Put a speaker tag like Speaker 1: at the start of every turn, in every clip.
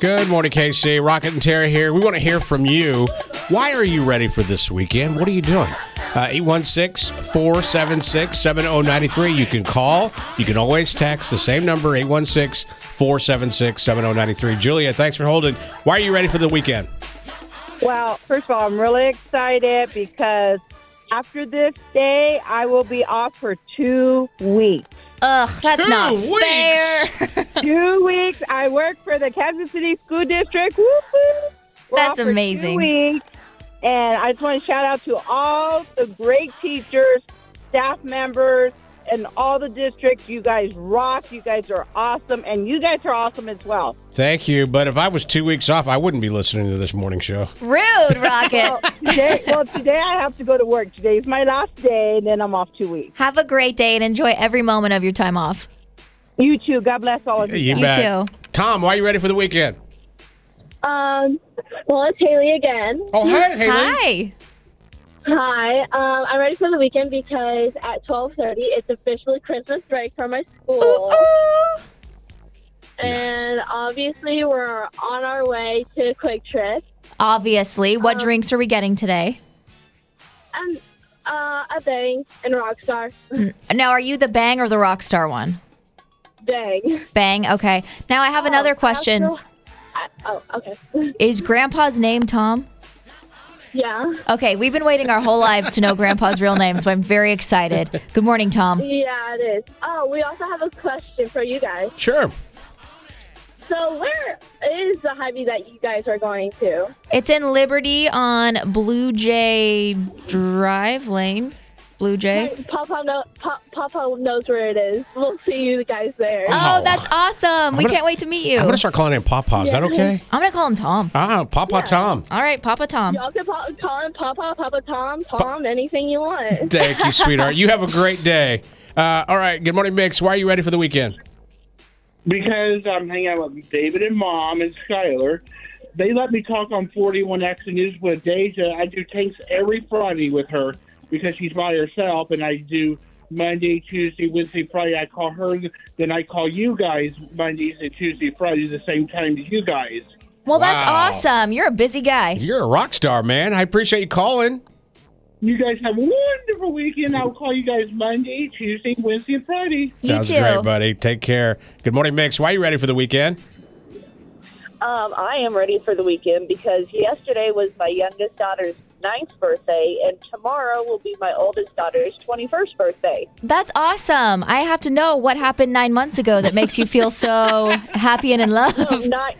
Speaker 1: Good morning, KC. Rocket and Terry here. We want to hear from you. Why are you ready for this weekend? What are you doing? Uh, 816 476 7093. You can call. You can always text the same number, 816 476 7093. Julia, thanks for holding. Why are you ready for the weekend?
Speaker 2: Well, first of all, I'm really excited because after this day, I will be off for two weeks.
Speaker 3: Ugh, that's
Speaker 1: Two
Speaker 3: not
Speaker 1: weeks.
Speaker 3: fair.
Speaker 2: two weeks. I work for the Kansas City School District. Whoop, whoop. We're
Speaker 3: That's
Speaker 2: off for two
Speaker 3: amazing.
Speaker 2: weeks. And I just want to shout out to all the great teachers, staff members, and all the districts. You guys rock. You guys are awesome. And you guys are awesome as well.
Speaker 1: Thank you. But if I was two weeks off, I wouldn't be listening to this morning show.
Speaker 3: Rude, Rocket.
Speaker 2: Today, well, today I have to go to work. Today's my last day, and then I'm off two weeks.
Speaker 3: Have a great day and enjoy every moment of your time off.
Speaker 2: You too. God bless all of you.
Speaker 1: You,
Speaker 3: You
Speaker 1: bet.
Speaker 3: too.
Speaker 1: Tom, why are you ready for the weekend?
Speaker 4: Um, well, it's Haley again.
Speaker 1: Oh, hey, Haley.
Speaker 3: Mm, Hi.
Speaker 4: Hi. Um, I'm ready for the weekend because at 12:30 it's officially Christmas break for my school,
Speaker 3: Ooh, ooh.
Speaker 4: and obviously we're on our way to Quick Trip.
Speaker 3: Obviously, what
Speaker 1: Uh.
Speaker 3: drinks are we getting today?
Speaker 4: And uh, a bang and Rockstar.
Speaker 3: Now, are you the Bang or the Rockstar one?
Speaker 4: Bang.
Speaker 3: Bang. Okay. Now I have
Speaker 1: Oh,
Speaker 3: another question.
Speaker 4: Also, I, oh, okay.
Speaker 3: Is Grandpa's name Tom?
Speaker 4: yeah.
Speaker 3: Okay, we've been waiting our whole lives to know Grandpa's real name, so I'm very excited. Good morning, Tom.
Speaker 4: Yeah, it is. Oh, we also have a question for you guys.
Speaker 1: Sure.
Speaker 4: So, where is the hobby that you guys are going to?
Speaker 3: It's in Liberty on Blue Jay Drive Lane. Blue Jay.
Speaker 4: Papa, know, Pa- Papa knows where it is. We'll see you guys there.
Speaker 3: Oh, that's awesome. We
Speaker 1: gonna-
Speaker 3: can't wait to meet you.
Speaker 1: I'm going to start calling him Papa. Is that okay?
Speaker 3: I'm going to call him Tom.
Speaker 1: Ah, Papa Tom.
Speaker 3: All right, Papa Tom.
Speaker 4: Y'all can pa- call him Papa, Papa Tom, Tom, anything you want.
Speaker 1: Thank you, sweetheart. You have a great day. Uh, all right. Good morning, Mix. Why are you ready for the weekend?
Speaker 5: because I'm hanging out with David and Mom and Skylar. They let me talk on 41X and News with Deja. I do tanks every Friday with her because she's by herself, and I do Monday, Tuesday, Wednesday, Friday. I call her, then I call you guys Mondays and Tuesday, Fridays the same time as you guys.
Speaker 3: Well, that's
Speaker 1: Wow.
Speaker 3: awesome. You're a busy guy.
Speaker 1: You're a rock star, man. I appreciate you calling.
Speaker 5: You guys have a wonderful weekend. I'll call you guys Monday, Tuesday, Wednesday, and Friday.
Speaker 3: You
Speaker 1: Sounds
Speaker 3: too.
Speaker 1: great, buddy. Take care. Good morning, Mix. Why are you ready for the weekend?
Speaker 6: Um, I am ready for the weekend because yesterday was my youngest daughter's ninth birthday, and tomorrow will be my oldest daughter's 21st birthday.
Speaker 3: That's awesome. I have to know what happened nine months ago that makes you feel so happy and in love.
Speaker 6: Nine,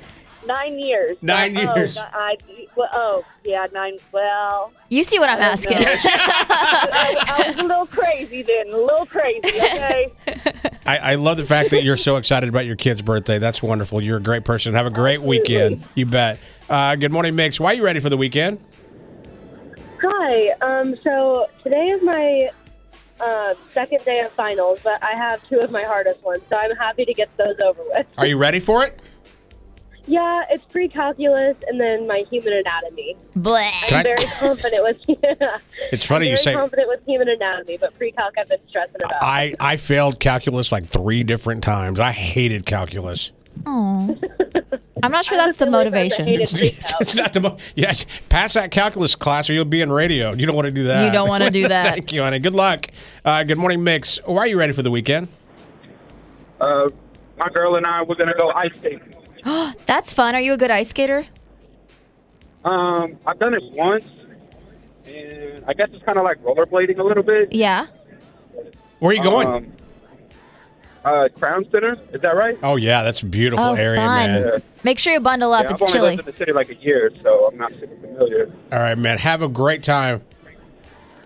Speaker 6: nine years.
Speaker 1: Nine
Speaker 6: Uh, oh,
Speaker 1: years.
Speaker 6: ni- I, well, oh, yeah, nine. Well,
Speaker 3: You see what I'm asking.
Speaker 6: I was a little crazy then, a little crazy, okay?
Speaker 1: I, I love the fact that you're so excited about your kid's birthday. That's wonderful. You're a great person. Have a great weekend. You bet. Uh, good morning, Mix. Why are you ready for the weekend?
Speaker 4: Hi. Um, so today is my uh, second day of finals, but I have two of my hardest ones, so I'm happy to get those over with.
Speaker 1: Are you ready for it?
Speaker 4: Yeah, it's pre-calculus and then my human anatomy.
Speaker 3: Bleh.
Speaker 1: Can I-
Speaker 4: I'm very confident with.
Speaker 1: It's funny
Speaker 4: I'm
Speaker 1: you
Speaker 4: very
Speaker 1: say-
Speaker 4: confident with human anatomy, but pre-calc I've been stressing about.
Speaker 1: I, I failed calculus like three different times. I hated calculus.
Speaker 3: Aw. I'm not sure
Speaker 4: I
Speaker 3: that's the
Speaker 4: was only friend that
Speaker 3: motivation.
Speaker 4: hated
Speaker 1: It's, not the mo- yeah. Pass that calculus class, or you'll be in radio. You don't want to do that.
Speaker 3: You don't wanna do that.
Speaker 1: Thank you, honey. Good luck. Uh, good morning, Mix. Why are you ready for the weekend?
Speaker 7: uh, my girl and I we're gonna go ice skating.
Speaker 3: That's fun. Are you a good ice skater?
Speaker 7: Um, I've done it once, and I guess it's kind of like rollerblading a little bit.
Speaker 3: Yeah.
Speaker 1: Where are you going?
Speaker 7: Um, uh, Crown Center, is that right?
Speaker 1: oh yeah, that's a beautiful
Speaker 3: Oh,
Speaker 1: area,
Speaker 3: fun.
Speaker 1: man.
Speaker 7: Yeah.
Speaker 3: Make sure you bundle up.
Speaker 7: Yeah, I've
Speaker 3: it's
Speaker 7: only
Speaker 3: chilly.
Speaker 7: lived in the city like a year, so I'm not super familiar.
Speaker 1: All right, man. Have a great time.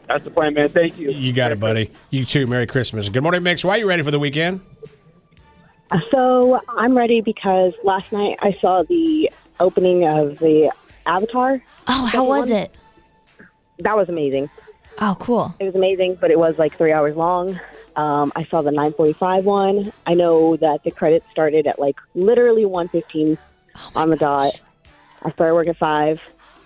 Speaker 7: That's the plan, man. Thank you.
Speaker 1: You got it, buddy. You too. Merry Christmas. Good morning, Mix. Why are you ready for the weekend?
Speaker 8: So I'm ready because last night I saw the opening of the Avatar.
Speaker 3: Oh, how was it?
Speaker 8: That was amazing.
Speaker 3: Oh, cool.
Speaker 8: It was amazing, but it was like three hours long. Um, I saw the 9:45 one. I know that the credits started at like literally 1:15 on the dot. I started work at five.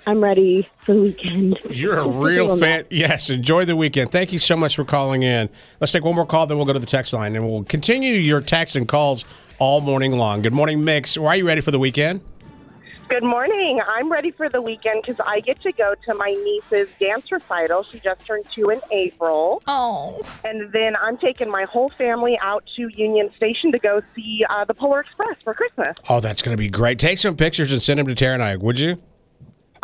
Speaker 8: I'm ready for the weekend.
Speaker 1: You're a real fan. Yes, enjoy the weekend. Thank you so much for calling in. Let's take one more call, then we'll go to the text line, and we'll continue your texts and calls all morning long. Good morning, Mix. Why are you ready for the weekend?
Speaker 6: Good morning. I'm ready for the weekend because I get to go to my niece's dance recital. She just turned two in April.
Speaker 3: Oh,
Speaker 6: And then I'm taking my whole family out to Union Station to go see uh, the Polar Express for Christmas.
Speaker 1: Oh, that's going to be great. Take some pictures and send them to Tara and I, would you?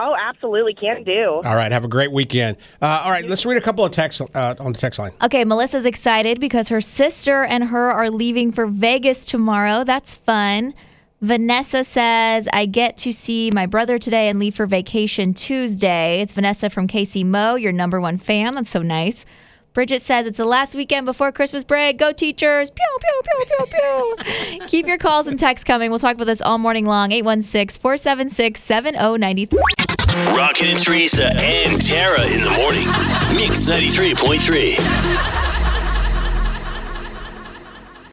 Speaker 6: Oh, absolutely. Can do.
Speaker 1: All right. Have a great weekend. Uh, all right. Let's read a couple of texts uh, on the text line.
Speaker 3: okay. Melissa's excited because her sister and her are leaving for Vegas tomorrow. That's fun. Vanessa says, I get to see my brother today and leave for vacation Tuesday. It's Vanessa from KC Mo, your number one fan. That's so nice. Bridget says, it's the last weekend before Christmas break. Go, teachers. Pew, pew, pew, pew, pew. Keep your calls and texts coming. We'll talk about this all morning long. 816 476 7093.
Speaker 9: Rocket and Teresa and Tara in the morning. Mix 93.3.